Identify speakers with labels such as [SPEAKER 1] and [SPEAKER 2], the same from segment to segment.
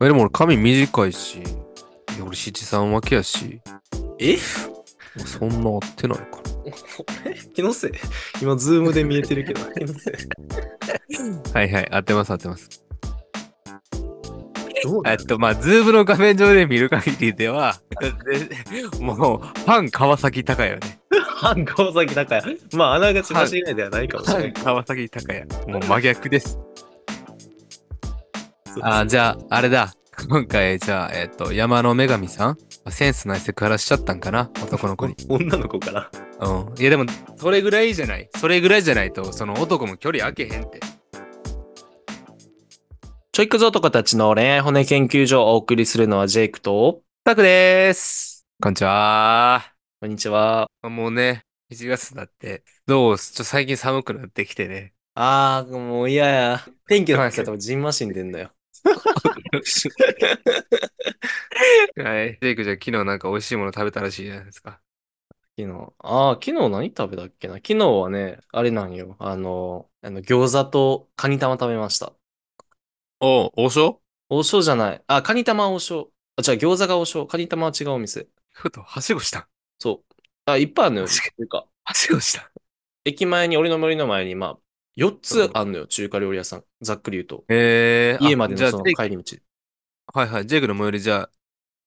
[SPEAKER 1] えでも俺髪短いし、いや俺七三分けやし、
[SPEAKER 2] え
[SPEAKER 1] 俺そんな合ってないか
[SPEAKER 2] 気のせい今、ズームで見えてるけど、気のせい。
[SPEAKER 1] な。はいはい、合ってます合ってます。
[SPEAKER 2] どう
[SPEAKER 1] え
[SPEAKER 2] だ
[SPEAKER 1] っと、まあ、ズームの画面上で見る限りでは、 でもう、反川崎高也よね。
[SPEAKER 2] 半顔先だから。まあ、あながち間違いではないかもしれない。
[SPEAKER 1] 川崎高也。もう真逆です。あー、じゃあ、あれだ。今回、じゃあ、えっと、山の女神さんセンスないセクハラしちゃったんかな男の子に。
[SPEAKER 2] 女の子から。
[SPEAKER 1] うん。いや、でも、それぐらいじゃない。それぐらいじゃないと、その男も距離開けへんって。
[SPEAKER 2] ちょいくず男たちの恋愛骨研究所をお送りするのはジェイクと、
[SPEAKER 1] タクです。こんにちは。
[SPEAKER 2] こんにちは。
[SPEAKER 1] もうね、1月だって、どうっすちょっと最近寒くなってきて ね。
[SPEAKER 2] あー、もう嫌や。天気の話だとジンマシン出んのよ。
[SPEAKER 1] はい。ジェイクじゃあ昨日なんか美味しいもの食べたらしいじゃないですか。
[SPEAKER 2] 昨日。ああ、昨日何食べたっけな昨日はね、あれなんよ。あの、あの餃子とカニ玉食べました。
[SPEAKER 1] おう、王将
[SPEAKER 2] 王将じゃない。あ、カニ玉は王将。あ、違う、餃子が王将。カニ玉は違うお店。
[SPEAKER 1] ふと、はしごしたん。
[SPEAKER 2] そう。あ、いっぱいあるのよ。っ
[SPEAKER 1] マジか
[SPEAKER 2] ていうか、
[SPEAKER 1] はしごしたん。
[SPEAKER 2] 駅前に、俺の森の前に、まあ、4
[SPEAKER 1] う
[SPEAKER 2] つ
[SPEAKER 1] ん
[SPEAKER 2] あるのよ。中華料理屋さん。ざっくり言うと。
[SPEAKER 1] えー、あ
[SPEAKER 2] 家まで
[SPEAKER 1] じゃ
[SPEAKER 2] の
[SPEAKER 1] あ
[SPEAKER 2] その
[SPEAKER 1] ジェイク
[SPEAKER 2] 帰り道。
[SPEAKER 1] はいはい。ジェイクの最寄りじゃあ、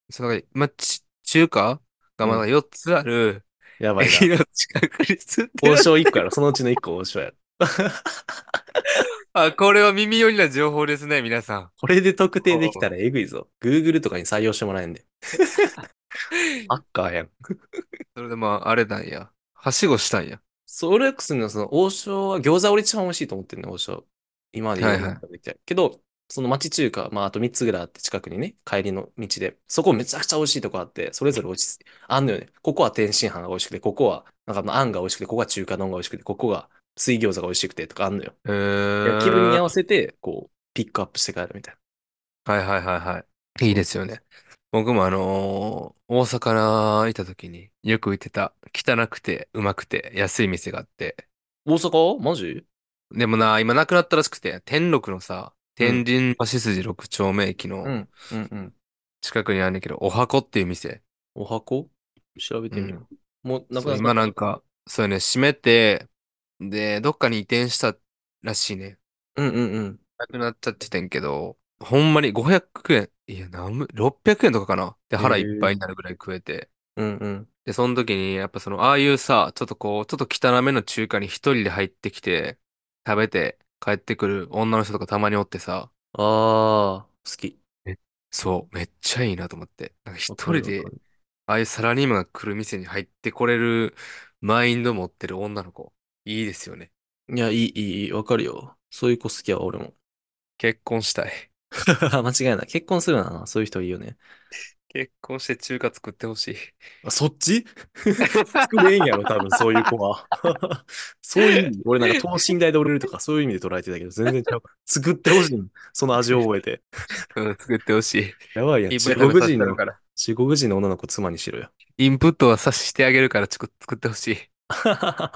[SPEAKER 1] その中に、まあ、ち中華がまだ4つある、
[SPEAKER 2] やばい
[SPEAKER 1] 駅
[SPEAKER 2] な。
[SPEAKER 1] の近くに住んでる
[SPEAKER 2] 王将1個やろ。そのうちの1個王将やろ。
[SPEAKER 1] あ、これは耳寄りな情報ですね、皆さん。
[SPEAKER 2] これで特定できたらえぐいぞ。Google とかに採用してもら えんで。ハッカーやん。
[SPEAKER 1] それでまあ、あれなんや。はしごしたんや。
[SPEAKER 2] ソレックスのその王将は餃子俺一番美味しいと思ってるね、王将。今まで
[SPEAKER 1] はい
[SPEAKER 2] ろ
[SPEAKER 1] はい
[SPEAKER 2] いろ食べてきたけど、その町中華、まああと3つぐらいあって近くにね、帰りの道で、そこめちゃくちゃ美味しいとこあって、それぞれ美味しい。あんのよね。ここは天津飯が美味しくて、ここはなんかまああんが美味しくて、ここは中華丼が美味しくて、ここが水餃子が美味しくてとかあんのよ。
[SPEAKER 1] へえ
[SPEAKER 2] で気分に合わせて、こう、ピックアップして帰るみたい
[SPEAKER 1] はいはいはいはい。いいですよね。僕もあのー大阪にいた時によく行ってた、汚くて、うまくて、安い店があって。
[SPEAKER 2] な。大阪マジ
[SPEAKER 1] でもな、今なくなったらしくて、天禄のさ、
[SPEAKER 2] うん
[SPEAKER 1] 天神橋筋六丁目駅の
[SPEAKER 2] ん。うんうん。
[SPEAKER 1] 近くにあるんだけど、おはこっていう店。
[SPEAKER 2] お箱調べてみよう。もう、なく
[SPEAKER 1] そう
[SPEAKER 2] なっ
[SPEAKER 1] 今
[SPEAKER 2] た。
[SPEAKER 1] なんか、そうね、閉めて、で、どっかに移転したらしいね。
[SPEAKER 2] うんうんうん。
[SPEAKER 1] なくなっちゃっててんけど、ほんまに500円、いや、なんも、600円とかかな。で、腹いっぱいになるぐらい食えて。
[SPEAKER 2] うんうん。
[SPEAKER 1] で、その時に、やっぱその、ああいうさ、ちょっとこう、ちょっと汚めの中華に一人で入ってきて、食べて帰ってくる女の人とかたまにおってさ、
[SPEAKER 2] ああ、好き。
[SPEAKER 1] そう、めっちゃいいなと思って。なんか一
[SPEAKER 2] わかる
[SPEAKER 1] 人で
[SPEAKER 2] わか、る
[SPEAKER 1] ああいうサラリーマンが来る店に入ってこれるマインド持ってる女の子、いいですよね。
[SPEAKER 2] いや、いい、いいいい、わかるよ。そういう子好きやわ、俺も。
[SPEAKER 1] 結婚したい。
[SPEAKER 2] 間違いない。結婚するならな、そういう人いいよね。
[SPEAKER 1] 結婚して中華作ってほしい。
[SPEAKER 2] あそっち 作れんやろ、多分、そういう子は。 そういう意味、俺なんか等身大で折れるとか、そういう意味で捉えてたけど、全然違う。作ってほしいの。その味を覚えて。
[SPEAKER 1] うん、作ってほしい。
[SPEAKER 2] やばいやん。
[SPEAKER 1] インプ
[SPEAKER 2] 中
[SPEAKER 1] ット
[SPEAKER 2] 国
[SPEAKER 1] させ
[SPEAKER 2] 人
[SPEAKER 1] てある
[SPEAKER 2] の
[SPEAKER 1] か、ら。
[SPEAKER 2] 中国人の女の子妻にしろ よ。
[SPEAKER 1] インプットはさしてあげるから作作ってほしい。
[SPEAKER 2] あ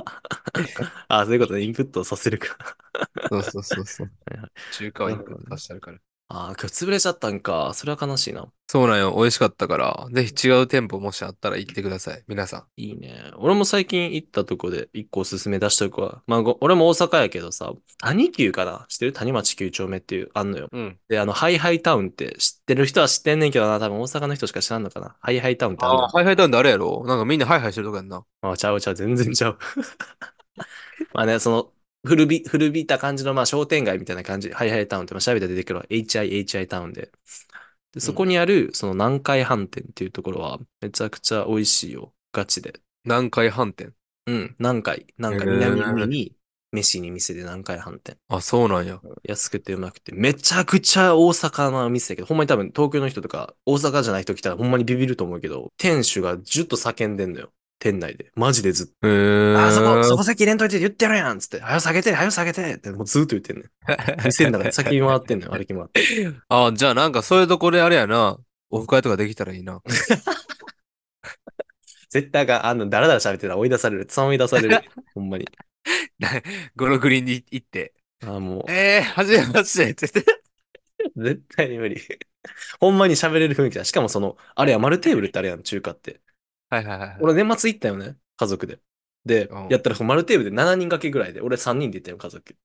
[SPEAKER 2] あ、そういうことね。インプットさせるか。
[SPEAKER 1] そうそうそうそう
[SPEAKER 2] はいは。
[SPEAKER 1] 中 華はインプットさせてあるから。
[SPEAKER 2] ああ、今日潰れちゃったんか。それは悲しいな。
[SPEAKER 1] そうなんよ。美味しかったから、ぜひ違う店舗もしあったら行ってください。皆さん。
[SPEAKER 2] いいね。俺も最近行ったとこで一個おすすめ出しとくわ。まあ、ご俺も大阪やけどさ、谷急かな知ってる谷町9丁目っていう、あんのよ。
[SPEAKER 1] うん。
[SPEAKER 2] で、あの、ハイハイタウンって知ってる人は知ってんねんけどな、多分大阪の人しか知らんのかな。ハイハイタウンってあんの
[SPEAKER 1] ああ、ハイハイタウンであれやろなんかみんなハイハイしてるとこやんな。
[SPEAKER 2] あ、ちゃうちゃう、全然ちゃう。 まあね、その、古び、古びた感じの、まあ、商店街みたいな感じ、ハイハイタウンって、まあ、調べたら出てくるわ。HIHI タウンで。で、そこにある、その、南海飯店っていうところは、めちゃくちゃ美味しいよ。ガチで。
[SPEAKER 1] 南海飯店。
[SPEAKER 2] うん、南海。なんか
[SPEAKER 1] へー
[SPEAKER 2] 南海に、飯に店で南海飯店。
[SPEAKER 1] あ、そうなんや。
[SPEAKER 2] 安くてうまくて、めちゃくちゃ大阪の店だけど、ほんまに多分東京の人とか、大阪じゃない人来たらほんまにビビると思うけど、店主がずっと叫んでんのよ。店内で。マジでずっと。
[SPEAKER 1] へえ。
[SPEAKER 2] あ、そこ、そこ席入れんといて言ってるやんっつって、はよ下げて、はよ下げてって、もうずっと言ってんね ん。店の中で先回ってんのよ、歩き回って。
[SPEAKER 1] あ、じゃあなんかそういうとこであれやな。オフ会とかできたらいいな。
[SPEAKER 2] 絶対が、あの、だらだら喋ってたら追い出される。つま追い出される。ほんまに。
[SPEAKER 1] ゴログリンに行って。
[SPEAKER 2] あーも
[SPEAKER 1] えー、はじめまして。って言って
[SPEAKER 2] う、絶対に無理。ほんまに喋れる雰囲気だ。しかもその、あれや、丸テーブルってあれやん、中華って。
[SPEAKER 1] はいはいはい。
[SPEAKER 2] 俺年末行ったよね、家族で。で
[SPEAKER 1] うん、
[SPEAKER 2] やったら丸テーブルで7人掛けぐらいで、俺3人で行ったよ、家族。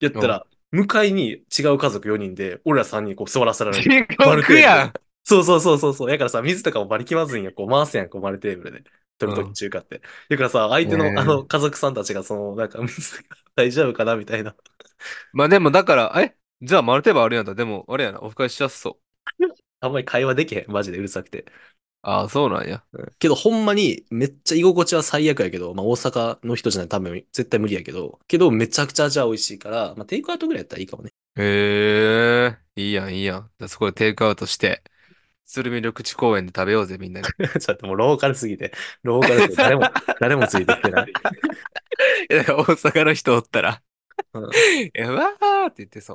[SPEAKER 2] やったら、向かいに違う家族4人で、俺ら3人こう座らせられ
[SPEAKER 1] 地
[SPEAKER 2] る。
[SPEAKER 1] 獄やん。
[SPEAKER 2] そうそうそうそうそう。やからさ、水とかもバリ気まずいんや、こう回すやん、こう丸テーブルで。取ると
[SPEAKER 1] うん
[SPEAKER 2] き中華って。だからさ、相手
[SPEAKER 1] ねえ
[SPEAKER 2] のあの家族さんたちが、その、なんか、 水が大丈夫かなみたいな。
[SPEAKER 1] まあでもだから、えじゃあ丸テーブルあるやんだ。でも、あれやな、オフ会しやすそう。
[SPEAKER 2] あんまり会話できへん、マジでうるさくて。
[SPEAKER 1] ああ、そうなんや。
[SPEAKER 2] けど、ほんまに、めっちゃ居心地は最悪やけど、まあ、大阪の人じゃないと多分、絶対無理やけど、けど、めちゃくちゃ味は美味しいから、まあ、テイクアウトぐらいやったらいいかもね。
[SPEAKER 1] へえ、いいやん、いいやん。じゃあそこでテイクアウトして、鶴見緑地公園で食べようぜ、みんなで。
[SPEAKER 2] ちょっともう、ローカルすぎて、ローカルすぎて、誰も、誰もついてきてない。
[SPEAKER 1] いやだから大阪の人おったら、
[SPEAKER 2] うん
[SPEAKER 1] え、わーって言ってそ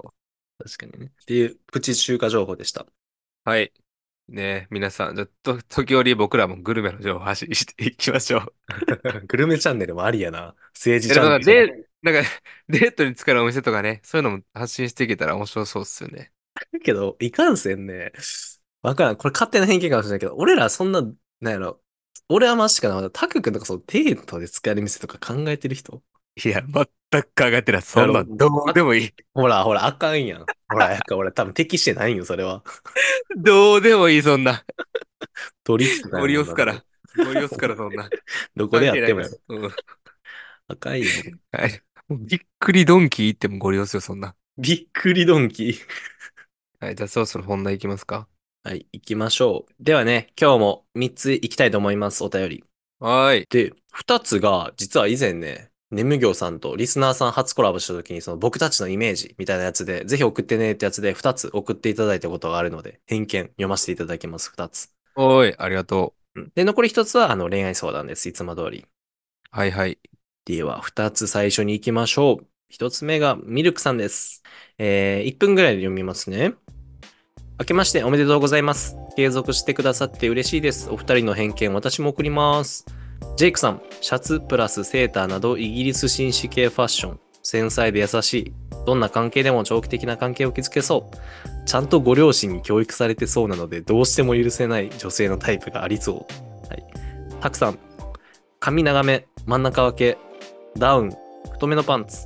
[SPEAKER 1] う。
[SPEAKER 2] 確かにね。っていう、プチ中華情報でした。
[SPEAKER 1] はい。ねえ、皆さん、じゃあ、と、時折僕らもグルメの情報を発信していきましょ う。
[SPEAKER 2] グルメチャンネルもありやな。政治
[SPEAKER 1] えで
[SPEAKER 2] チャ
[SPEAKER 1] もなん
[SPEAKER 2] ンネ
[SPEAKER 1] か
[SPEAKER 2] ルじゃない。
[SPEAKER 1] デ、なんか、デートに使うお店とかね、そういうのも発信していけたら面白そうっすよね。
[SPEAKER 2] けど、いかんせんね。わからん。これ勝手な偏見かもしれないけど、俺らそんな、なんやろ。俺はマシかな。タク君とかそのデートで使える店とか考えてる人
[SPEAKER 1] いや、全く考えてない。そんなん、どうでもいい。
[SPEAKER 2] ほら、ほら、あかんやん。ほら、やっぱ俺多分適してないんよ、それは。
[SPEAKER 1] どうでもいい、そんな。
[SPEAKER 2] 取引
[SPEAKER 1] ゴリ押すから。。ゴリ押すから、そんな。
[SPEAKER 2] ど こでやってもやろ。
[SPEAKER 1] うん。は
[SPEAKER 2] あかんや
[SPEAKER 1] い。
[SPEAKER 2] ん。
[SPEAKER 1] もう びっくりドンキー行ってもゴリ押すよ、そんな。
[SPEAKER 2] びっくりドンキー。
[SPEAKER 1] はい、じゃあそろそろ本題行きますか。
[SPEAKER 2] はい、行きましょう。ではね、今日も3つ行きたいと思います、お便り。
[SPEAKER 1] はーい。
[SPEAKER 2] で、2つが、実は以前ね、ネム行さんとリスナーさん初コラボした時に、その僕たちのイメージみたいなやつで、ぜひ送ってねってやつで、2つ送っていただいたことがあるので、偏見読ませていただきます、2つ。
[SPEAKER 1] おーい、ありがと
[SPEAKER 2] うんで、残り1つは、あの、恋愛相談です、いつも通り。
[SPEAKER 1] う。はいはい。
[SPEAKER 2] では、2つ最初に行きましょう。1つ目が、ミルクさんです。え1分ぐらいで読みますね。明けましておめでとうございます。継続してくださって嬉しいです。お二人の偏見、私も送ります。ジェイクさん、シャツプラスセーターなどイギリス紳士系ファッション。繊細で優しい。どんな関係でも長期的な関係を築けそう。ちゃんとご両親に教育されてそうなので、どうしても許せない女性のタイプがありそう。はい。たくさん、髪長め、真ん中分け、ダウン、太めのパンツ。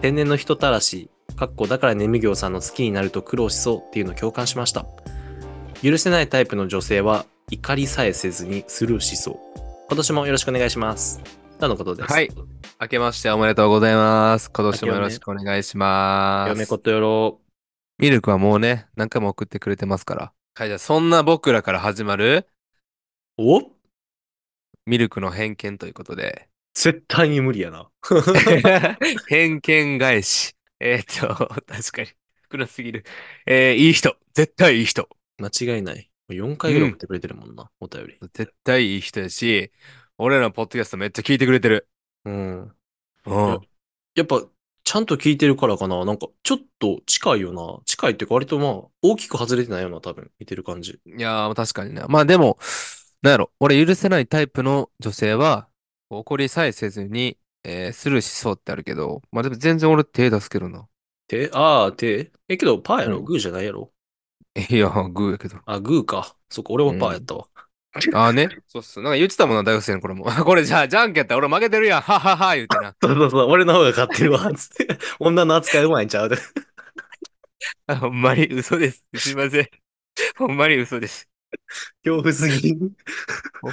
[SPEAKER 2] 天然の人たらし、かっこだから眠行さんの好きになると苦労しそうっていうのを共感しました。許せないタイプの女性は怒りさえせずにスルーしそう。今年もよろしくお願いします。とのことです。
[SPEAKER 1] はい明けましておめでとうございます。今年もよろしくお願いしま
[SPEAKER 2] 嫁
[SPEAKER 1] す
[SPEAKER 2] こ。とよろ。
[SPEAKER 1] ミルクはもうね、何回も送ってくれてますから。はい、じゃあそんな僕らから始まる
[SPEAKER 2] お
[SPEAKER 1] ミルクの偏見ということで。
[SPEAKER 2] 絶対に無理やな。
[SPEAKER 1] 偏見返し。えーっと、確かに。少なすぎる。えー、いい人。絶対いい人。
[SPEAKER 2] 間違いない。4回ぐらい送ってくれてるもんな、お便り。
[SPEAKER 1] 絶対いい人やし、俺らのポッドキャストめっちゃ聞いてくれてる。
[SPEAKER 2] うん。
[SPEAKER 1] うん。
[SPEAKER 2] やっぱ、ちゃんと聞いてるからかな。なんか、ちょっと近いよな。近いっていうか、割とまあ、大きく外れてないよな、多分。見てる感じ。
[SPEAKER 1] いやー、確かにな。まあでも、なんやろ、俺許せないタイプの女性は、こう怒りさえせずに、えースルーしそうってあるけど、まあでも全然俺手出すけどな。
[SPEAKER 2] て、あー、て。え、けど、パーや
[SPEAKER 1] う
[SPEAKER 2] ろ
[SPEAKER 1] ん
[SPEAKER 2] グーじゃないやろ
[SPEAKER 1] いや、グーやけど。
[SPEAKER 2] あ、グーか。そっか、俺もパーやったわ。
[SPEAKER 1] ああね。そうっす。なんか言ってたもんな、大学生の頃も。 これじゃあ、じゃんけんやったら俺負けてるやん。ははは、言うてな。
[SPEAKER 2] そうそうそう、俺の方が勝ってるわ。 つって。女の扱いうまいん ちゃう
[SPEAKER 1] あほんまに嘘です。すいません。ほんまに嘘です。
[SPEAKER 2] 恐怖す ぎ。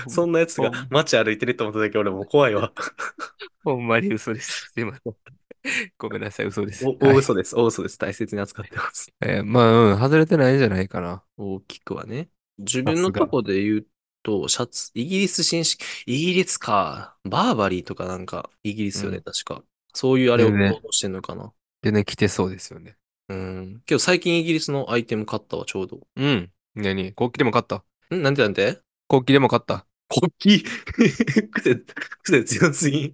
[SPEAKER 2] そんなやつが
[SPEAKER 1] ほん
[SPEAKER 2] 街歩いてるって思っただけ俺もう怖い わ。
[SPEAKER 1] ほんまに嘘です。すいません。ごめんなさい、嘘です。
[SPEAKER 2] お
[SPEAKER 1] はい
[SPEAKER 2] 大嘘です、大嘘です。大切に扱ってます。
[SPEAKER 1] えーまあ、うん、外れてないんじゃないかな。
[SPEAKER 2] 大きくはね。自分
[SPEAKER 1] さ
[SPEAKER 2] の
[SPEAKER 1] すが
[SPEAKER 2] とこで言うと、シャツ、イギリス紳士、イギリスか、バーバリーとかなんか、イギリスよね、
[SPEAKER 1] うん
[SPEAKER 2] 確か。そういうあれを
[SPEAKER 1] ね
[SPEAKER 2] 行動してんのかな。
[SPEAKER 1] でね、来てそうですよね。
[SPEAKER 2] うん。けど最近イギリスのアイテム買ったわ、ちょうど。
[SPEAKER 1] うん。何国旗でも勝った。
[SPEAKER 2] んなんてなんて
[SPEAKER 1] 国旗でも勝った。
[SPEAKER 2] 国旗 癖、癖強す ぎん。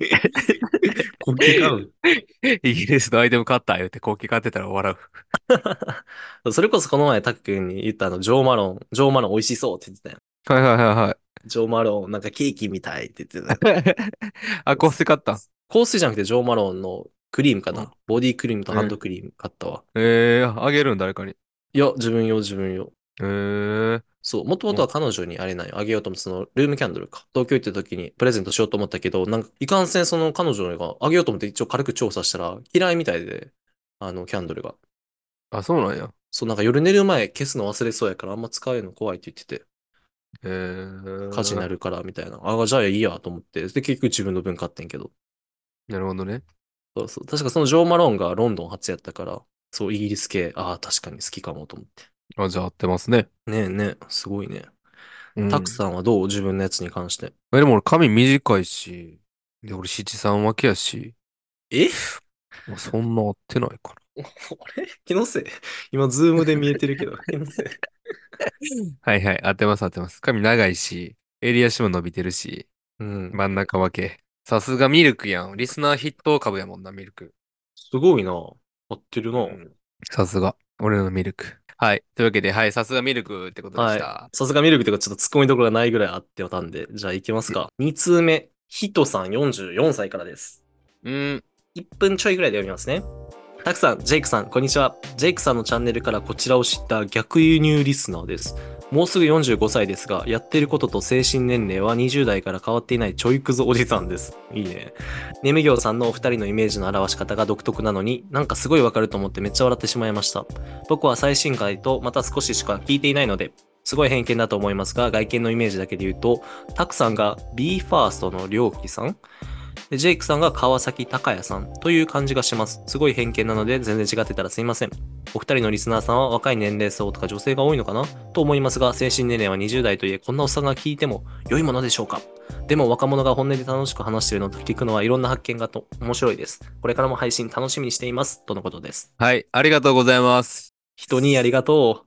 [SPEAKER 2] 国旗買う。
[SPEAKER 1] イギリスのアイテム買った言うて、国旗買ってたら笑う。
[SPEAKER 2] それこそこの前、タック君に言ったあの、ジョーマロン、ジョーマロン美味しそうって言ってたやん。
[SPEAKER 1] はいはいは
[SPEAKER 2] ジョーマロン、なんかケーキみたいって言ってたやん
[SPEAKER 1] いはい。 あ、香水買った。
[SPEAKER 2] 香水じゃなくてジョー・マロンのクリームか
[SPEAKER 1] うん
[SPEAKER 2] な。ボディクリームとハンドクリーム買ったわ。
[SPEAKER 1] えー、あげるん、誰かに。
[SPEAKER 2] いや、自分用、自分用。
[SPEAKER 1] へえ。
[SPEAKER 2] そう、もともとは彼女にあれなんよ、あげようと思って、その、ルームキャンドルか。東京行った時にプレゼントしようと思ったけど、なんか、いかんせんその彼女があげようと思って一応軽く調査したら、嫌いみたいで、あの、キャンドルが。
[SPEAKER 1] あ、そうなんや。
[SPEAKER 2] そう、なんか夜寝る前消すの忘れそうやから、あんま使えるの怖いって言ってて、
[SPEAKER 1] へえ。
[SPEAKER 2] 火事になるから、みたいな。あ、じゃあいいやと思って、で、結局自分の分買ってんけど。
[SPEAKER 1] なるほどね。
[SPEAKER 2] そうそう。確かそのジョー・マローンがロンドン初やったから、そう、イギリス系、ああ、確かに好きかもと思って。
[SPEAKER 1] あ、じゃあ合ってますね。
[SPEAKER 2] ねえねえ、すごいね。
[SPEAKER 1] うん
[SPEAKER 2] タクさんはどう自分のやつに関して。
[SPEAKER 1] え、でも俺髪短いし、で、俺七三分けやし、
[SPEAKER 2] え
[SPEAKER 1] まあそんな合ってないか
[SPEAKER 2] あれ気のせい今、ズームで見えてるけ ど、気のせい。
[SPEAKER 1] な。はいはい、合ってます合ってます。髪長いし、襟足も伸びてるし、
[SPEAKER 2] うん。
[SPEAKER 1] 真ん中分け。さすがミルクやん。リスナー筆頭株やもんな、ミルク。
[SPEAKER 2] すごいな。合ってるな。
[SPEAKER 1] うんさすが。俺のミルク。はい。というわけで、はい、さすがミルクってことでした。
[SPEAKER 2] さすがミルクというか、ちょっと突っ込みどころがないぐらいあってたんで、じゃあ行きますか。2通目、ヒトさん44歳からです。
[SPEAKER 1] うん。
[SPEAKER 2] 1分ちょいぐらいで読みますね。たくさん、ジェイクさん、こんにちは。ジェイクさんのチャンネルからこちらを知った逆輸入リスナーです。もうすぐ45歳ですが、やってることと精神年齢は20代から変わっていないちょいクズおじさんです。いいね。ネムギョウさんのお二人のイメージの表し方が独特なのに、なんかすごいわかると思ってめっちゃ笑ってしまいました。僕は最新回とまた少ししか聞いていないので、すごい偏見だと思いますが、外見のイメージだけで言うと、たくさんが BE:FIRST のりょうきさんでジェイクさんが川崎隆也さんという感じがします。すごい偏見なので全然違ってたらすいません。お二人のリスナーさんは若い年齢層とか女性が多いのかなと思いますが、精神年齢は20代といえ、こんなおっさんが聞いても良いものでしょうかでも若者が本音で楽しく話しているのと聞くのはいろんな発見があと面白いです。これからも配信楽しみにしています。とのことです。
[SPEAKER 1] はい。ありがとうございます。
[SPEAKER 2] 人にありがと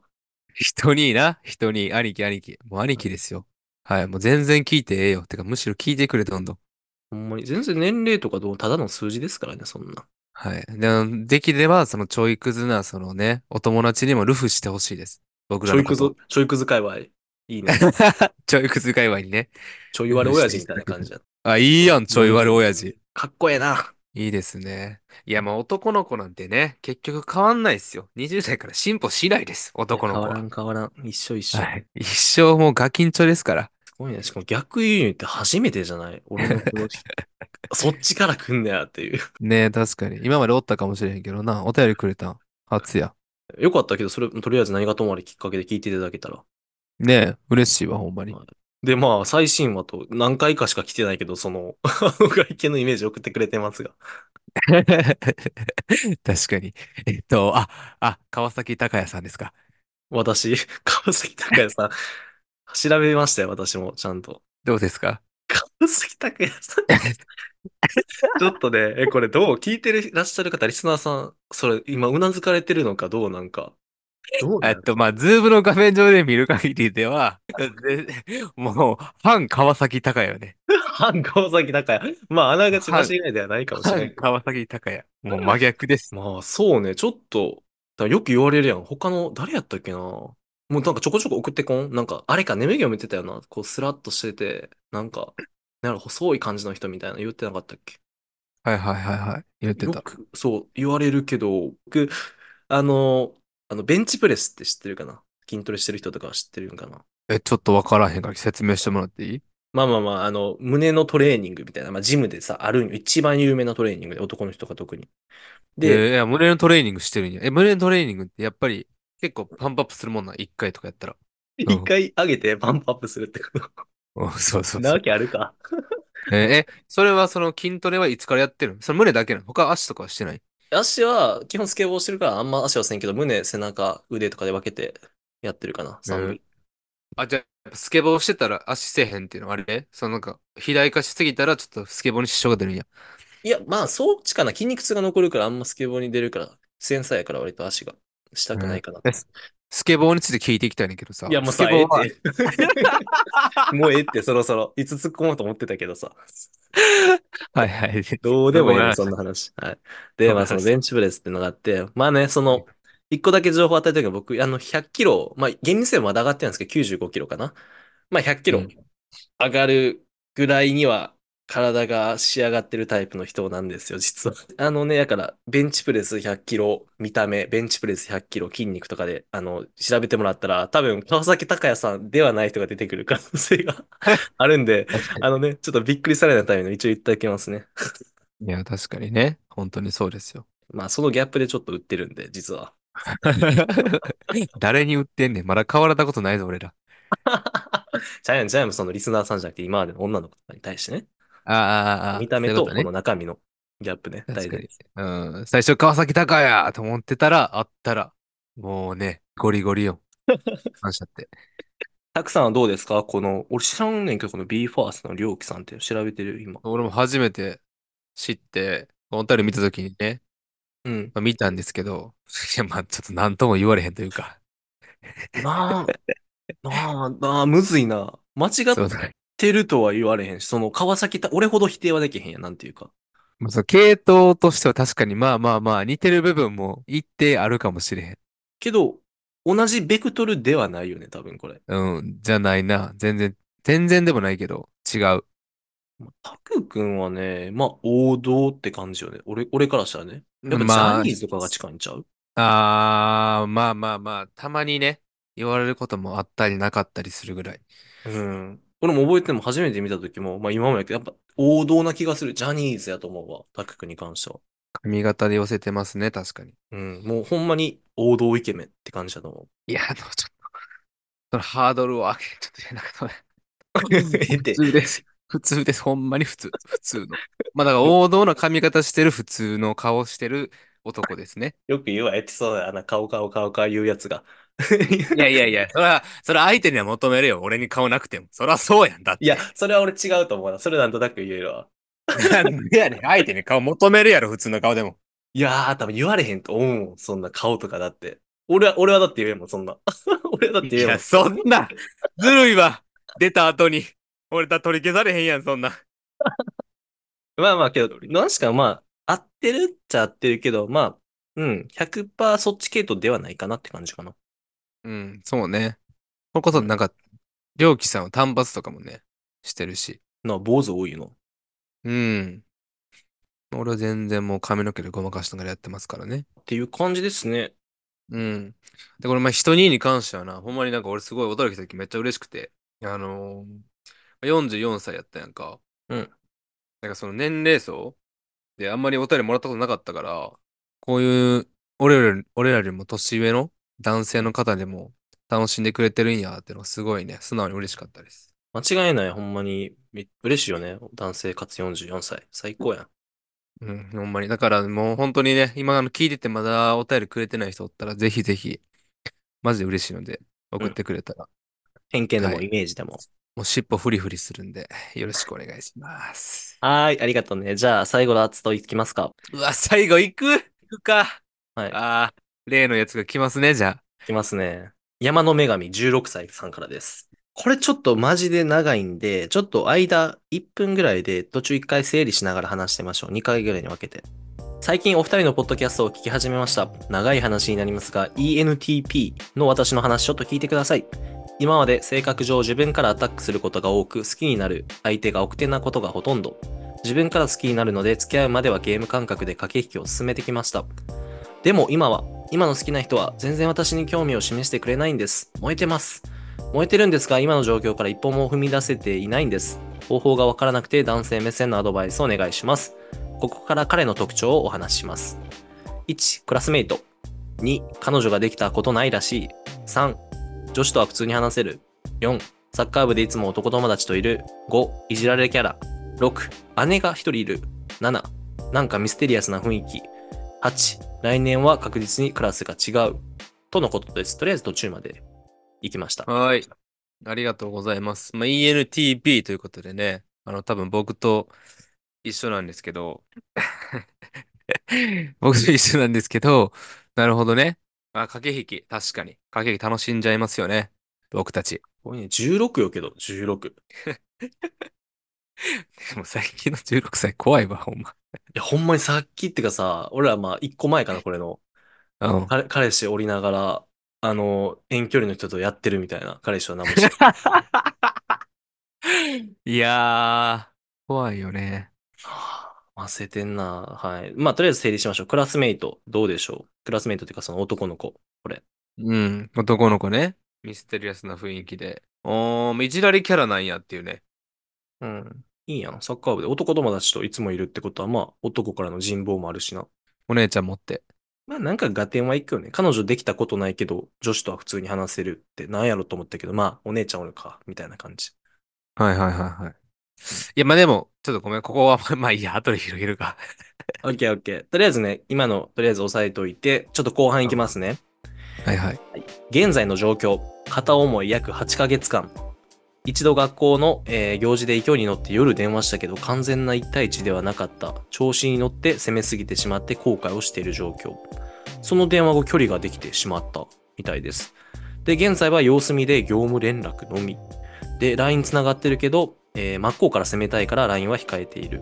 [SPEAKER 1] 人にな。人に。兄貴、兄貴。もう兄貴ですよ。はい。もう全然聞いてええよ。てか、むしろ聞いてくれ、どんどん。
[SPEAKER 2] う。ほんまに全然年齢とかどうただの数字ですからね、そんな。
[SPEAKER 1] はい。で、あのできれば、そのちょいクズな、そのね、お友達にもルフしてほしいです。僕
[SPEAKER 2] ち
[SPEAKER 1] ら
[SPEAKER 2] ょ
[SPEAKER 1] の
[SPEAKER 2] い
[SPEAKER 1] こ
[SPEAKER 2] くず
[SPEAKER 1] と。、
[SPEAKER 2] ちょいくず界隈。い いね。
[SPEAKER 1] ちょいクズ界隈にね。
[SPEAKER 2] ちょい割れ親父みたいな感じだ。
[SPEAKER 1] あ、いいやん、ちょい悪親父。
[SPEAKER 2] かっこええな。
[SPEAKER 1] いいですね。いや、まあ男の子なんてね、結局変わんないっすよ。20代から進歩しないです、男の子
[SPEAKER 2] 変わら
[SPEAKER 1] は。
[SPEAKER 2] ん変わらん。一緒一緒。
[SPEAKER 1] はい。一生もうガキンチョですから。
[SPEAKER 2] すごいね。しかも逆輸入って初めてじゃない俺のこの そっちから来んねやっていう。
[SPEAKER 1] ねえ、確かに。今までおったかもしれへんけどな。お便りくれたん。初や。
[SPEAKER 2] よかったけど、それ、とりあえず何がともあれきっかけで聞いていただけたら。
[SPEAKER 1] ねえ、嬉しいわ、ほんまに。
[SPEAKER 2] はいで、まあ、最新話と何回かしか来てないけど、その、あの外見のイメージ送ってくれてますが。
[SPEAKER 1] 確かに。えっと、あ、あ、川崎隆也さんですか。
[SPEAKER 2] 私、川崎隆也さん、調べましたよ、私も、ちゃんと。
[SPEAKER 1] どうです か
[SPEAKER 2] 川崎拓也さん。ちょっとね、え、これどう聞いてるらっしゃる方、リスナーさん、それ、今、うなずかれてるのかどうなんか。どうな
[SPEAKER 1] え
[SPEAKER 2] ん
[SPEAKER 1] っと、まあ、ズームの画面上で見る限りでは、で もう、反川崎隆也よね。
[SPEAKER 2] 反川崎だから、まあ、あながち間違いではないかもしれな
[SPEAKER 1] 反
[SPEAKER 2] い。
[SPEAKER 1] 川崎隆也。もう真逆です。
[SPEAKER 2] まあ、そうね、ちょっと、だからよく言われるやん。他の、誰やったっけな。もうなんかちょこちょこ送ってこんなんか、あれか、眠気を見てたよな。こう、スラッとしてて、なんか、なんか細い感じの人みたいなの言ってなかったっけ
[SPEAKER 1] はいはいはいはい。言って
[SPEAKER 2] よ
[SPEAKER 1] た。
[SPEAKER 2] く、そう、言われるけど、僕、あの、あの、ベンチプレスって知ってるかな筋トレしてる人とかは知ってるんかな
[SPEAKER 1] え、ちょっとわからへんから説明してもらっていい
[SPEAKER 2] まあまあまあ、あの、胸のトレーニングみたいな、まあ、ジムでさ、あるんよ。一番有名なトレーニングで、男の人が特に。
[SPEAKER 1] え
[SPEAKER 2] で、
[SPEAKER 1] ーいや、胸のトレーニングしてるんや。え、胸のトレーニングってやっぱり結構パンプアップするもんなん、一回とかやったら。うん
[SPEAKER 2] 一回上げてパンプアップするってこ
[SPEAKER 1] おそうそ
[SPEAKER 2] と。
[SPEAKER 1] う
[SPEAKER 2] な
[SPEAKER 1] そ
[SPEAKER 2] わ
[SPEAKER 1] う。
[SPEAKER 2] けあるか。
[SPEAKER 1] えーえ、それはその筋トレはいつからやってるのそれ胸だけなの他足とかはしてない
[SPEAKER 2] 足は、基本スケボーしてるから、あんま足はせんけど、胸、背中、腕とかで分けてやってるかな。三
[SPEAKER 1] う
[SPEAKER 2] 部
[SPEAKER 1] んあ、じゃあ、やっぱスケボーしてたら足せえへんっていうのはあれそのなんか、肥大化しすぎたらちょっとスケボーに支障が出るんや。
[SPEAKER 2] いや、まあ、そうっちかな。筋肉痛が残るから、あんまスケボーに出るから、繊細やから割と足がしたくないかな。
[SPEAKER 1] うんスケボーについて聞いていきたいねんけどさ。
[SPEAKER 2] いや、もう
[SPEAKER 1] スケ
[SPEAKER 2] さ、
[SPEAKER 1] ボ
[SPEAKER 2] ええ
[SPEAKER 1] ーは、
[SPEAKER 2] って。 もうええって、そろそろ。いつ突っ込もうと思ってたけどさ。
[SPEAKER 1] はいはい。
[SPEAKER 2] どうでもい
[SPEAKER 1] ごめん
[SPEAKER 2] いの、
[SPEAKER 1] なさ
[SPEAKER 2] そ
[SPEAKER 1] い
[SPEAKER 2] んな話。はい。で、まあ、その
[SPEAKER 1] ごめ
[SPEAKER 2] ベンチプレスっていうのがあって、まあね、その、一個だけ情報を与えたけど、僕、あの、100キロ、まあ、厳密性まだ上がってるんですけど、95キロかな。まあ、100キ
[SPEAKER 1] う
[SPEAKER 2] ロ
[SPEAKER 1] ん
[SPEAKER 2] 上がるぐらいには体が仕上がってるタイプの人なんですよ、実は。あのね、だから、ベンチプレス100キロ、見た目、ベンチプレス100キロ、筋肉とかで、あの、調べてもらったら、多分、川崎隆也さんではない人が出てくる可能性が あるんで、
[SPEAKER 1] 確か
[SPEAKER 2] あのね、ちょっとびっくりされないための一応言っておきますね。
[SPEAKER 1] に。いや、確かにね。本当にそうです よ。
[SPEAKER 2] まあ、そのギャップでちょっと売ってるんで、実は。
[SPEAKER 1] 誰に売ってんねん。まだ変わられたことないぞ、俺ら。
[SPEAKER 2] ジャイアン、ジャイアンもそのリスナーさんじゃなくて、今までの女の子に対してね、
[SPEAKER 1] ああああ、ああ
[SPEAKER 2] 見た目
[SPEAKER 1] そうい
[SPEAKER 2] と
[SPEAKER 1] うこと
[SPEAKER 2] こ
[SPEAKER 1] ね
[SPEAKER 2] の中身のギャップね、大
[SPEAKER 1] 確
[SPEAKER 2] 事
[SPEAKER 1] かに。うん。最初、川崎隆也と思ってたら、あったら、もうね、ゴリゴリ よ。感謝って。
[SPEAKER 2] たくさんはどうですかこの、俺知らんねんけど、この BE:FIRST のりょうきさんって調べてる、今。
[SPEAKER 1] 俺も初めて知って、お便り見たときにね、
[SPEAKER 2] うん。
[SPEAKER 1] まあ、見たんですけど、いや、まあ、ちょっと何とも言われへんという か。
[SPEAKER 2] なあ、なあ、なあ、むずいな。間違
[SPEAKER 1] そ
[SPEAKER 2] っ
[SPEAKER 1] うだね。
[SPEAKER 2] てるとは言われへんし、その川崎た、俺ほど否定はできへんや、なんていうか。
[SPEAKER 1] まあ、その系統としては確かに、まあまあまあ、似てる部分も一定あるかもしれへん。
[SPEAKER 2] けど、同じベクトルではないよね、多分これ。
[SPEAKER 1] うん、じゃないな。全然、全然でもないけど、違う。
[SPEAKER 2] まあたくくんはね、まあ、王道って感じよね。俺、俺からしたらね。やっぱジ
[SPEAKER 1] ま
[SPEAKER 2] ャ
[SPEAKER 1] あ
[SPEAKER 2] ニーズとかが近いんちゃう
[SPEAKER 1] あー、まあまあまあ、たまにね、言われることもあったりなかったりするぐらい。
[SPEAKER 2] うん。俺も覚えても初めて見た時も、まあ今もやけど、やっぱ王道な気がする。ジャニーズやと思うわ。タク君に関しては。
[SPEAKER 1] 髪型で寄せてますね、確かに。
[SPEAKER 2] うん。もうほんまに王道イケメンって感じだと思う。
[SPEAKER 1] いや、あの、ちょっと、そのハードルを上げ、ちょっと言えなかったね。
[SPEAKER 2] えっ
[SPEAKER 1] 普
[SPEAKER 2] て。
[SPEAKER 1] 通です。普通です。ほんまに普通。普通の。まあだから王道な髪型してる普通の顔してる男ですね。
[SPEAKER 2] よく言うわ、エピソードやな、顔顔顔顔言うやつが。
[SPEAKER 1] いやいやいや、そら、そら相手には求めるよ。俺に顔なくても。そらそうやんだって。
[SPEAKER 2] いや、それは俺違うと思うな。それなんとなく言えるわ。
[SPEAKER 1] なんでやねん。相手に顔求めるやろ、普通の顔でも。
[SPEAKER 2] いやー、多分言われへんと思うもん。そんな顔とかだって。俺は、俺はだって言えんもん、そんな。 俺はだって
[SPEAKER 1] い
[SPEAKER 2] 言えんもん
[SPEAKER 1] や、。そんな、ずるいわ。出た後に。俺だ取り消されへんやん、そんな。
[SPEAKER 2] まあまあけど、何しかまあ、合ってるっちゃ合ってるけど、まあ、うん、100%そっち系統ではないかなって感じかな。
[SPEAKER 1] うん、そうね。それこそなんか、りょうきさんは単発とかもね、してるし。
[SPEAKER 2] な、坊主多いの。
[SPEAKER 1] うん。俺は全然もう髪の毛でごまかしながらやってますからね。
[SPEAKER 2] っていう感じですね。
[SPEAKER 1] うん。で、これ、まあ、人にに関してはな、ほんまになんか俺すごいお便り来た時めっちゃ嬉しくて、あのー、44歳やったやんか。
[SPEAKER 2] うん。
[SPEAKER 1] なんかその年齢層であんまりお便りもらったことなかったから、こういう、俺らより、俺らよりも年上の男性の方でも楽しんでくれてるんやっていうのがすごいね、素直に嬉しかったです。
[SPEAKER 2] 間違いない、ほんまに。め嬉しいよね。男性かつ44歳。最高やん。
[SPEAKER 1] うん、ほんまに。だからもう本当にね、今あの聞いててまだお便りくれてない人おったら、ぜひぜひ、マジで嬉しいので、送ってくれたら。
[SPEAKER 2] 偏見でも
[SPEAKER 1] はい
[SPEAKER 2] イメージでも。
[SPEAKER 1] もう尻尾フリフリするんで、 よろしくお願いします。
[SPEAKER 2] はーい、ありがとうね。じゃあ、最後のアツといきますか。
[SPEAKER 1] うわ、最後行く行くか。
[SPEAKER 2] はい
[SPEAKER 1] ああ、例のやつが来ますね、じゃ
[SPEAKER 2] いきますね。山の女神16歳さんからです。これちょっとマジで長いんで、ちょっと間1分ぐらいで途中1回整理しながら話してましょう。2回ぐらいに分けて。最近お二人のポッドキャストを聞き始めました。長い話になりますが、ENTP の私の話ちょっと聞いてください。今まで性格上自分からアタックすることが多く好きになる相手が奥手なことがほとんど。自分から好きになるので付き合うまではゲーム感覚で駆け引きを進めてきました。でも今は、今の好きな人は全然私に興味を示してくれないんです。燃えてます。燃えてるんですが、今の状況から一歩も踏み出せていないんです。方法がわからなくて男性目線のアドバイスをお願いします。ここから彼の特徴をお話しします。1、クラスメイト。2、彼女ができたことないらしい。3、女子とは普通に話せる。4、サッカー部でいつも男友達といる。5、いじられキャラ。6、姉が一人いる。7、なんかミステリアスな雰囲気。8来年は確実にクラスが違うとのことですとりあえず途中まで行きました
[SPEAKER 1] あ。はーい。ありがとうございます。まあ、ENTP ということでね、あの、多分僕と一緒なんですけど、 僕と一緒なんですけど、なるほどね。まあ、駆け引き、確かに。駆け引き楽しんじゃいますよね。僕たち。
[SPEAKER 2] これね16よけど16い
[SPEAKER 1] でも最近の16歳怖いわ、ほんま。
[SPEAKER 2] やほんまにさっきってかさ俺らまあ1個前かなこれの
[SPEAKER 1] うん。
[SPEAKER 2] 彼彼氏おりながらあの遠距離の人とやって るみたいな彼氏は何もして
[SPEAKER 1] いや怖いよね。
[SPEAKER 2] はあ忘れてんな。はい。まあ、とりあえず整理しましょう。クラスメイト、どうでしょうクラスメイトっていうか、その男の子。
[SPEAKER 1] うん。男の子ね。ミステリアスな雰囲気で。おー、いじられキャラなんやっていうね。
[SPEAKER 2] うん。いいやん。サッカー部で男友達といつもいるってことは、まあ、男からの人望もあるしな。
[SPEAKER 1] お姉ちゃん持って。
[SPEAKER 2] まあ、なんか合点はいくよね。彼女できたことないけど、女子とは普通に話せるってなんやろと思ったけど、まあ、お姉ちゃんおるか、みたいな感じ。
[SPEAKER 1] はいはいはいはい。いや、まあでも、ちょっとごめん、ここは、まあ まあいいや、後で広げるか。
[SPEAKER 2] オッケーオッケー。とりあえずね、今の、とりあえず押さえといて、ちょっと後半いきますね。
[SPEAKER 1] はいはい。
[SPEAKER 2] 現在の状況片思い約8ヶ月間一度学校の、えー行事で勢いに乗って夜電話したけど完全な1対1ではなかった調子に乗って攻めすぎてしまって後悔をしている状況その電話後距離ができてしまったみたいですで現在は様子見で業務連絡のみで LINE つながってるけど、えー真っ向から攻めたいから LINE は控えている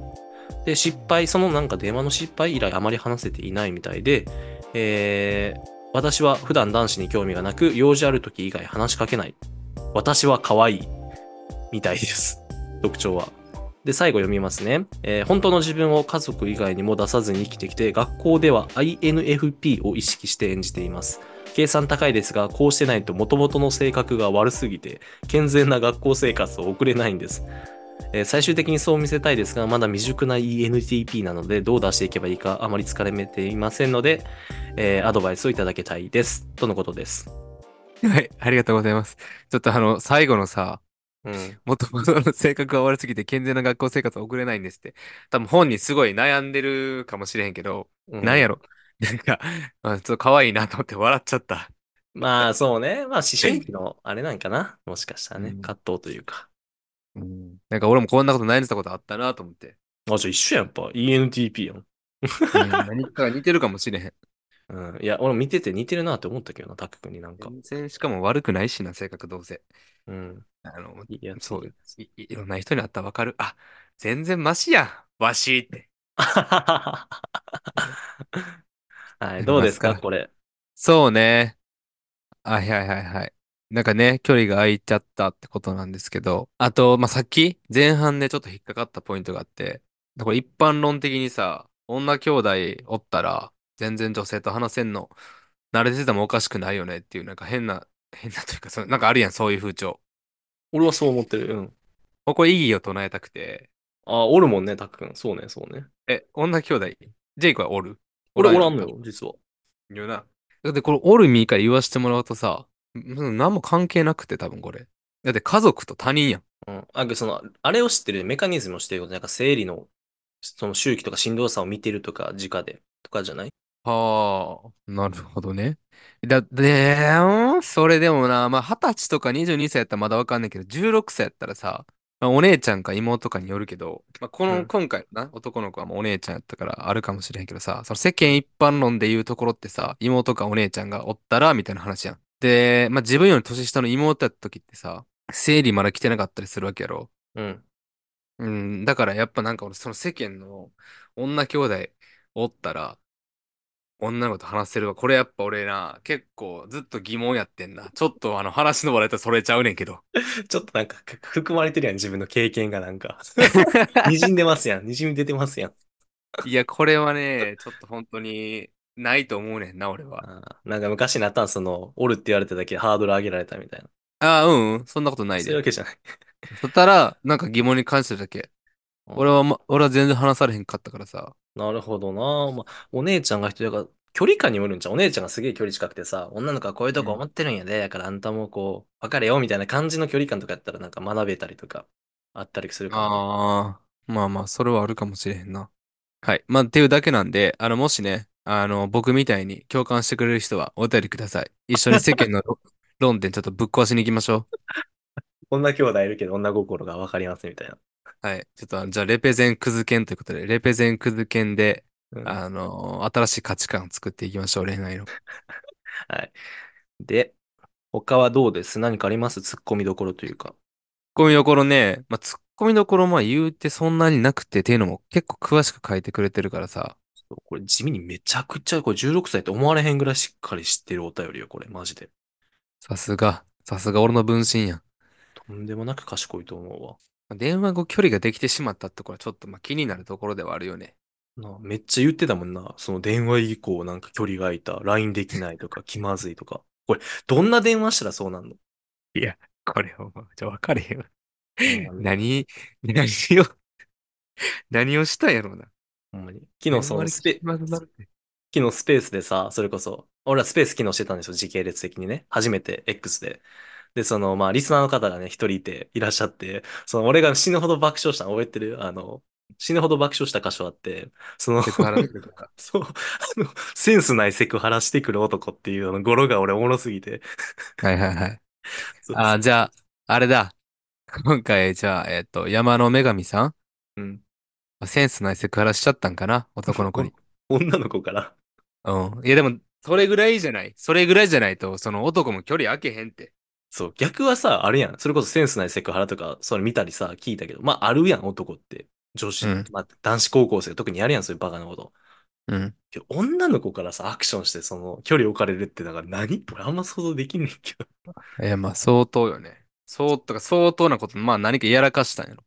[SPEAKER 2] で失敗そのなんか電話の失敗以来あまり話せていないみたいで、えー私は普段男子に興味がなく、用事ある時以外話しかけない。私は可愛い。みたいです。特徴は。で、最後読みますね、えー本当の自分を家族以外にも出さずに生きてきて、学校では INFP を意識して演じています。計算高いですが、こうしてないと元々の性格が悪すぎて、健全な学校生活を送れないんです。えー最終的にそう見せたいですが、まだ未熟な ENTP なので、どう出していけばいいかあまり疲れめていませんので、えーアドバイスをいただきたいです。とのことです。
[SPEAKER 1] はい、ありがとうございます。ちょっとあの、最後のさ、
[SPEAKER 2] うん。
[SPEAKER 1] もともとの性格が悪すぎて健全な学校生活を送れないんですって。多分本人すごい悩んでるかもしれへんけど、なんや
[SPEAKER 2] ろ。
[SPEAKER 1] ろ。なんか、 あちょっと可愛いなと思って笑っちゃった。
[SPEAKER 2] まあそうね。まあ思春期のあれなんかな。もしかしたらね
[SPEAKER 1] う。ん
[SPEAKER 2] 葛藤というか。
[SPEAKER 1] なんか俺もこんなこと悩んでたことあったなと思って。
[SPEAKER 2] あ、じゃあ一緒やんやっぱ。ENTP やん。
[SPEAKER 1] うん何かが似てるかもしれへん。
[SPEAKER 2] うん。いや、俺も見てて似てるなって思ったけどな、タク君になんか。
[SPEAKER 1] 全然しかも悪くないしな、性格どうせ。
[SPEAKER 2] うん。
[SPEAKER 1] あの、
[SPEAKER 2] いいやつ
[SPEAKER 1] そう いいろんな人に会ったらわかる。あ、全然マシやん。わしって。
[SPEAKER 2] はい、どうですか、これ。
[SPEAKER 1] そうね。あはいはいはいはい。なんかね、距離が空いちゃったってことなんですけど、あと、まあ、さっき、前半でちょっと引っかかったポイントがあって、これ一般論的にさ、女兄弟おったら、全然女性と話せんの、慣れててもおかしくないよねっていう、なんか変な、変なというか、そのなんかあるやん、そういう風潮。
[SPEAKER 2] 俺はそう思ってる。うん。
[SPEAKER 1] これ異議を唱えたくて、
[SPEAKER 2] あ、おるもんね、タク君。そうね、そうね。
[SPEAKER 1] え、女兄弟、ジェイクはおる
[SPEAKER 2] 俺おら
[SPEAKER 1] ん
[SPEAKER 2] ん
[SPEAKER 1] よ
[SPEAKER 2] のよ、実は。
[SPEAKER 1] 言うな。だってこれ、オルミーから言わしてもらうとさ、ん何も関係なくて多分これ。だって家族と他人やん。
[SPEAKER 2] うん。あ、その、あれを知ってる、メカニズムを知ってること、なんか生理の、その周期とか振動差を見てるとか、直で、とかじゃない
[SPEAKER 1] はあ、なるほどね。だ、で、うんそれでもな、まあ、二十歳とか22歳やったらまだわかんないけど、16歳やったらさ、まあ、お姉ちゃんか妹かによるけど、まあ、こ
[SPEAKER 2] う
[SPEAKER 1] の、
[SPEAKER 2] ん
[SPEAKER 1] 今回のな、男の子はもうお姉ちゃんやったからあるかもしれへんけどさ、その世間一般論で言うところってさ、妹かお姉ちゃんがおったら、みたいな話やん。で、まあ、自分より年下の妹やった時ってさ、生理まだ来てなかったりするわけやろ。
[SPEAKER 2] うん。
[SPEAKER 1] うん、だからやっぱなんか俺その世間の女兄弟おったら女の子と話せるわ。これやっぱ俺な、結構ずっと疑問やってんな。ちょっとあの話の笑いとそれちゃうねんけ ど。
[SPEAKER 2] ちょっとなんか、か含まれてるやん、自分の経験がなんか。 滲んでますやん。滲み出てますやん。
[SPEAKER 1] いや、これはね、ちょっと本当にないと思うねんな、俺は。
[SPEAKER 2] あーなんか昔なったん、その、おるって言われただけハードル上げられたみたいな。
[SPEAKER 1] ああ、うん、うん、そんなことない
[SPEAKER 2] そういうわ
[SPEAKER 1] で。
[SPEAKER 2] けじゃない。
[SPEAKER 1] そしたら、なんか疑問に関してだけ。
[SPEAKER 2] うん
[SPEAKER 1] 俺は、ま、俺は全然話されへんかったからさ。
[SPEAKER 2] なるほどな。まあ、お姉ちゃんが人だから、距離感によるんじゃん。お姉ちゃんがすげえ距離近くてさ、女の子はこういうとこ思ってるんやで、だからあんたもこう、別れよみたいな感じの距離感とかやったら、なんか学べたりとか、あったりするから。
[SPEAKER 1] ああ、まあまあ、それはあるかもしれへんな。はい。まあ、っていうだけなんで、あの、もしね、あの、僕みたいに共感してくれる人はお便りください。一緒に世間の 論点ちょっとぶっ壊しに行きましょ
[SPEAKER 2] 女兄弟いるけど、女心がわかりますみたいな。
[SPEAKER 1] う。はい。ちょっと、じゃあ、レペゼンクズ犬ということで、レペゼンクズ犬で、
[SPEAKER 2] うん
[SPEAKER 1] あの、新しい価値観を作っていきましょう、恋愛の。
[SPEAKER 2] はい。で、他はどうです何かありますツッコミどころというか。
[SPEAKER 1] ツッコミどころね、まあ、ツッコミどころ、まあ、言うてそんなになくてっていうのも結構詳しく書いてくれてるからさ。
[SPEAKER 2] これ地味にめちゃくちゃ、これ16歳って思われへんぐらいしっかり知ってるお便りよ、これ、マジで。
[SPEAKER 1] さすが、さすが俺の分身やん。
[SPEAKER 2] とんでもなく賢いと思うわ。
[SPEAKER 1] まあ電話後距離ができてしまったってこれはちょっとまあ気になるところではあるよね。
[SPEAKER 2] なあめっちゃ言ってたもんな。その電話以降なんか距離が空いた、LINE できないとか、気まずいとか。これ、どんな電話したらそうなんの
[SPEAKER 1] いや、これは、じゃ分かれへんわ。
[SPEAKER 2] うん
[SPEAKER 1] 何、何を、 何をしたんやろうな。
[SPEAKER 2] ほんまに。昨日そのスペ、
[SPEAKER 1] 電話で気まずなるって
[SPEAKER 2] 昨日スペースでさ、それこそ、俺らスペース機能してたんですよ、時系列的にね。初めて X で。で、その、まあ、リスナーの方がね、一人いて、いらっしゃって、その、俺が死ぬほど爆笑したの覚えてるあの、死ぬほど爆笑した箇所あって、その、
[SPEAKER 1] セクハラとか。
[SPEAKER 2] そう、あの、センスないセクハラしてくる男っていうあの語呂が俺おもろすぎて。
[SPEAKER 1] はいはいはい。
[SPEAKER 2] そう
[SPEAKER 1] あー、じゃあ、あれだ。今回、じゃあ、えっと、山の女神さ
[SPEAKER 2] うん。
[SPEAKER 1] んセンスないセクハラしちゃったんかな男の子 に。
[SPEAKER 2] 女の子から。
[SPEAKER 1] うん。いや、でも、それぐらいじゃない。それぐらいじゃないと、その男も距離空けへんって。
[SPEAKER 2] そう、逆はさ、あるやん。それこそセンスないセクハラとか、それ見たりさ、聞いたけど、まあ、あるやん、男って。女子、
[SPEAKER 1] うん
[SPEAKER 2] まあ、男子高校生、特にやるやん、そういうバカなこと。
[SPEAKER 1] うん。
[SPEAKER 2] けど女の子からさ、アクションして、その、距離置かれるって、だから何俺あんま想像できんねんけど。
[SPEAKER 1] いや、まあ、相当よね。相当か、相当なこと、まあ、何かやらかしたんやろ。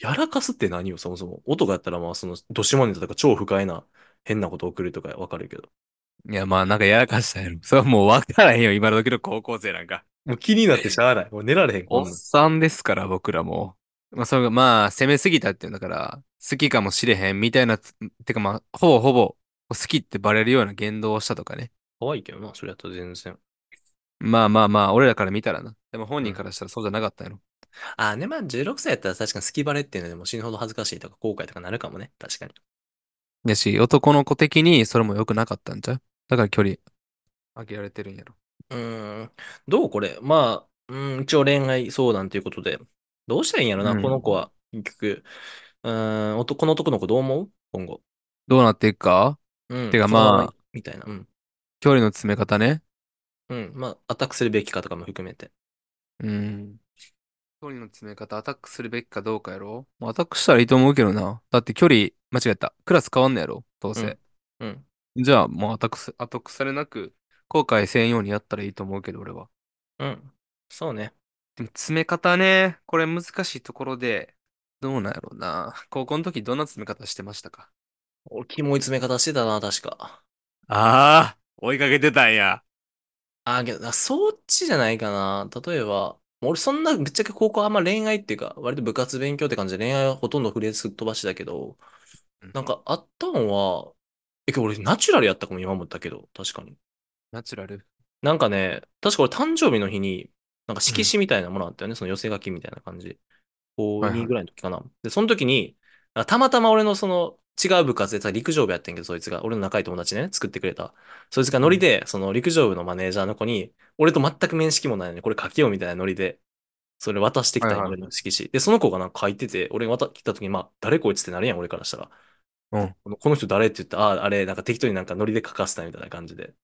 [SPEAKER 2] やらかすって何よ、そもそも。男やったら、まあ、その、どしもネタとか超不快な、変なこと送るとかわかるけど。
[SPEAKER 1] いや、まあ、なんかやらかしたんやろ。そ れはもう分からへんよ、今の時の高校生なんか。
[SPEAKER 2] もう気になってしゃあ ない。もう寝られへん、こ
[SPEAKER 1] お
[SPEAKER 2] ん
[SPEAKER 1] っ
[SPEAKER 2] なん。
[SPEAKER 1] さんですから、僕らも。まあ、それが、まあ、攻めすぎたっていうんだから、好きかもしれへんみたいなつ、てかまあ、ほぼほぼ、好きってバレるような言動をしたとかね。
[SPEAKER 2] 可愛いけどな、それやったら全然。
[SPEAKER 1] まあまあまあ、俺らから見たらな。でも本人からしたらそうじゃなかったんやろ。
[SPEAKER 2] あ、ね、まあ、16歳やったら確かに好きバレっていうのでもう死ぬほど恥ずかしいとか後悔とかなるかもね。確かに。
[SPEAKER 1] やし、男の子的にそれも良くなかったんちゃうだから距離、開けられてるんやろ。
[SPEAKER 2] うーん、どうこれまあ、うん、一応恋愛相談ということで、どうしたらいいんやろな、
[SPEAKER 1] うん
[SPEAKER 2] この子は、結局。うーん、男この男の子どう思う今後。
[SPEAKER 1] どうなっていくか
[SPEAKER 2] うん、
[SPEAKER 1] てか
[SPEAKER 2] そのまま
[SPEAKER 1] まあ
[SPEAKER 2] みたいな。うん。
[SPEAKER 1] 距離の詰め方ね。
[SPEAKER 2] うん。まあ、アタックするべきかとかも含めて。
[SPEAKER 1] うん。距離の詰め方、アタックするべきかどうかやろまあアタックしたらいいと思うけどな。だって距離、間違えた。クラス変わんのやろどうせ。
[SPEAKER 2] うん。
[SPEAKER 1] じゃあ、もうアタックす、アタックされなく、後悔せんようにやったらいいと思うけど、俺は。
[SPEAKER 2] うん。そうね。
[SPEAKER 1] でも、詰め方ね、これ難しいところで、どうなんやろうな。高校の時、どんな詰め方してましたか
[SPEAKER 2] 俺、キモい詰め方してたな、確か。
[SPEAKER 1] ああ、追いかけてたんや。
[SPEAKER 2] あー、けど、あそっちじゃないかな。例えば、俺そんな、ぶっちゃけ高校あんま恋愛っていうか、割と部活勉強って感じで恋愛はほとんど触れずっ飛ばしだけど、なんかあったんは、え、けど俺ナチュラルやったかも今思ったけど、確かに。
[SPEAKER 1] ナチュラル。
[SPEAKER 2] なんかね、確か俺誕生日の日に、なんか色紙みたいなものあったよね、その寄せ書きみたいな感じ。高
[SPEAKER 1] はいはい
[SPEAKER 2] 2ぐらいの時かな。で、その時に、あたまたま俺のその違う部活でさ、陸上部やってんけど、そいつが、俺の仲いい友達ね、作ってくれた。そいつがノリで、その陸上部のマネージャーの子に、俺と全く面識もないのに、これ書けようみたいなノリで、それ渡してきたんよ
[SPEAKER 1] はいはい
[SPEAKER 2] 俺の色紙。で、その子がなんか書いてて、俺に渡ってきた時に、まあ、誰こいつってなるやん、俺からしたら。
[SPEAKER 1] うん
[SPEAKER 2] このこの人誰って言って、ああ、あれ、なんか適当になんかノリで書かせたみたいな感じで。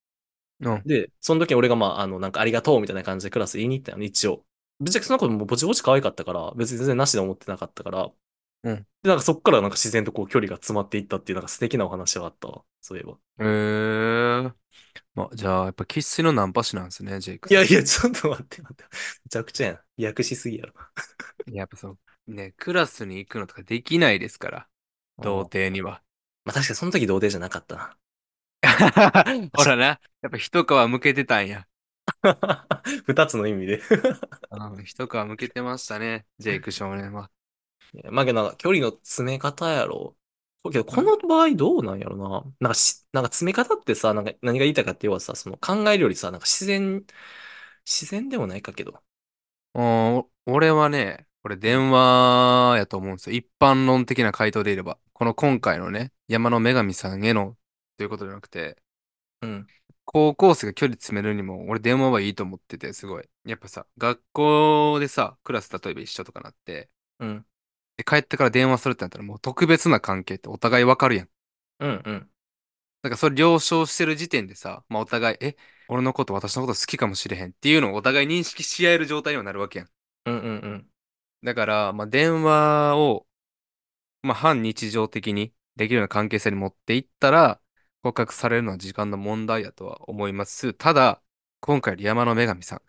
[SPEAKER 1] うん。
[SPEAKER 2] で、その時俺がまあ、あの、なんかありがとうみたいな感じでクラス言いに行ったの、一応。ぶっちゃけその子もぼちぼち可愛かったから、別に全然なしで思ってなかったから。
[SPEAKER 1] うん
[SPEAKER 2] で、なんかそっからなんか自然とこう距離が詰まっていったっていうなんか素敵なお話があったわ、そういえば。
[SPEAKER 1] えー。まあ、じゃあ、やっぱ生粋のナンパ師なんですね、ジェイク
[SPEAKER 2] い
[SPEAKER 1] さん
[SPEAKER 2] やいや、ちょっと待って待って。めちゃくちゃやん。略しすぎやろ。
[SPEAKER 1] いややっぱそう。ね、クラスに行くのとかできないですから、童
[SPEAKER 2] うん
[SPEAKER 1] 貞に は。
[SPEAKER 2] まあ確かにその時童貞じゃなかった
[SPEAKER 1] ほらな、やっぱ一皮むけてたんや。
[SPEAKER 2] な。 二つの意味で
[SPEAKER 1] うん、一皮むけてましたね、ジェイク少年は。
[SPEAKER 2] まあけどなんか距離の詰め方やろ。こけどこの場合どうなんやろな。なんかし、なんか詰め方ってさ、なんか何が言いたいかって要はさ、その考えるよりさ、なんか自然、自然でもないかけど。
[SPEAKER 1] うん、お俺はね、これ電話やと思うんですよ。一般論的な回答でいれば。この今回のね、山の女神さんへのということじゃなくて、
[SPEAKER 2] うん。
[SPEAKER 1] 高校生が距離詰めるにも、俺電話はいいと思ってて、すごい。やっぱさ、学校でさ、クラス例えば一緒とかなって、
[SPEAKER 2] うん。
[SPEAKER 1] で、帰ってから電話するってなったら、もう特別な関係ってお互いわかるやん。
[SPEAKER 2] うん。うん。
[SPEAKER 1] だからそれ了承してる時点でさ、まあお互い、え、俺のこと私のこと好きかもしれへんっていうのをお互い認識し合える状態にはなるわけやん。
[SPEAKER 2] うん。うん。うん。
[SPEAKER 1] だから、まあ電話を、まあ反日常的にできるような関係性に持っていったら、告白されるのは時間の問題やとは思います。ただ、 今回の山の女神さん、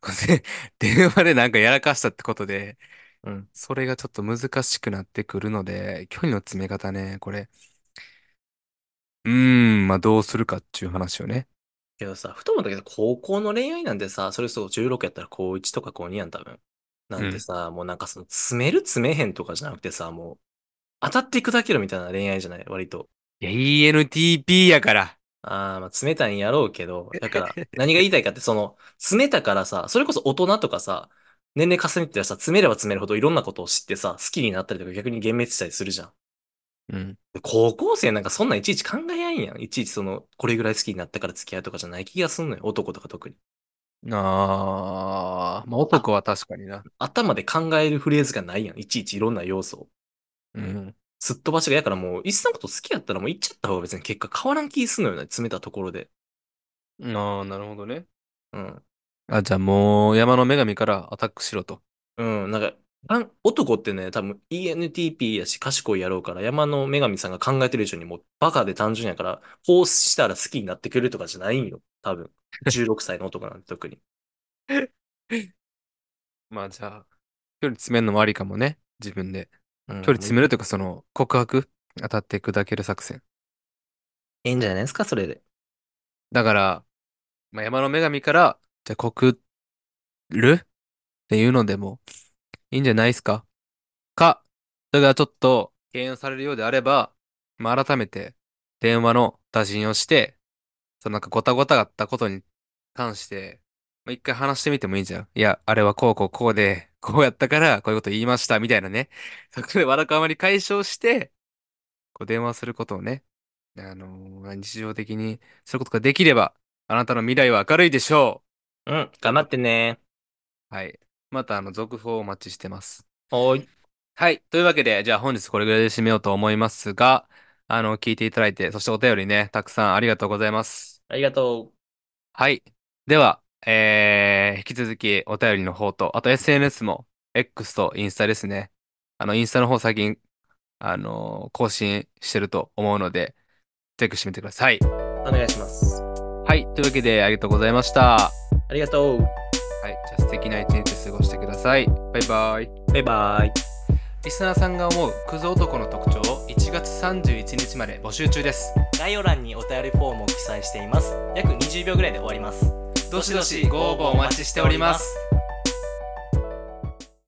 [SPEAKER 1] これ、電話でなんかやらかしたってことで、
[SPEAKER 2] うん。
[SPEAKER 1] それがちょっと難しくなってくるので、距離の詰め方ね、これ。うーん、まあどうするかっていう話をね。
[SPEAKER 2] けどさ、ふと思ったけど、高校の恋愛なんてさ、それこそ16やったら高1とか高2やん、多分。なんてさ、もうなんかその、詰める詰めへんとかじゃなくてさ、もう、当たって砕けろみたいな恋愛じゃない、割と。
[SPEAKER 1] いや、ENTP やから。
[SPEAKER 2] ああ、まあ、冷たいんやろうけど、だから、何が言いたいかって、その、詰めたからさ、それこそ大人とかさ、年齢重ねてたらさ、詰めれば詰めるほどいろんなことを知ってさ、好きになったりとか逆に幻滅したりするじゃん。
[SPEAKER 1] うん。
[SPEAKER 2] で高校生なんかそんなんいちいち考えないんやん。いちいちその、これぐらい好きになったから付き合うとかじゃない気がすんのよ。男とか特に。
[SPEAKER 1] ああ、まあ男は確かにな。
[SPEAKER 2] 頭で考えるフレーズがないやん。いちいちいろんな要素を。
[SPEAKER 1] うん。
[SPEAKER 2] すっ飛ばしがやからもう、いっそのこと好きやったらもう行っちゃった方が別に結果変わらん気すんのよな、詰めたところで。
[SPEAKER 1] ああ、なるほどね。
[SPEAKER 2] うん。
[SPEAKER 1] あ、じゃあもう山の女神からアタックしろと。
[SPEAKER 2] うん、なんか、あん男ってね、多分 ENTP やし賢いやろうから、山の女神さんが考えてる以上にもうバカで単純やから、こうしたら好きになってくれるとかじゃないんよ。多 分。16歳の男なんて特に。
[SPEAKER 1] まあじゃあ、距離詰めるのもありかもね。自分で。
[SPEAKER 2] 距
[SPEAKER 1] 距離詰めるというか、その告白当たって砕ける作戦。
[SPEAKER 2] いいんじゃないですか、それで。
[SPEAKER 1] だから、まあ、山の女神から、じゃあ告るっていうのでもいいんじゃないですかか、それがちょっと敬遠されるようであれば、まあ、改めて電話の打診をして、そのなんかごたごたがあったことに関して、まあ、一回話してみてもいいんじゃんいや、あれはこうこうこうで、こうやったからこういうこと言いましたみたいなね。そこでわだかまり解消して、こう電話することをね、あのー日常的にすることができれば、あなたの未来は明るいでしょ
[SPEAKER 2] うん、頑張ってね。
[SPEAKER 1] う。はい。また、あの、続報をお待ちしてます。
[SPEAKER 2] おい。
[SPEAKER 1] はい。というわけで、じゃあ本日これぐらいで締めようと思いますが、あの、聞いていただいて、そしてお便りね、たくさんありがとうございます。
[SPEAKER 2] ありがと
[SPEAKER 1] はい。では、えー、引き続きお便りの方と、あと SNS も、X とインスタですね。あの、インスタの方最近、あの更新してると思うので、チェックしてみてください。
[SPEAKER 2] う。お願いします。
[SPEAKER 1] はい。というわけで、ありがとうございました。
[SPEAKER 2] ありがとう。
[SPEAKER 1] はい、じゃあ素敵な一日過ごしてください。バイバイ。
[SPEAKER 2] バイバイ。
[SPEAKER 1] リスナーさんが思うクズ男の特徴を1月31日まで募集中です。
[SPEAKER 2] 概要欄にお便りフォームを記載しています。約20秒ぐらいで終わります。
[SPEAKER 1] どしどしご応募お待ちしております。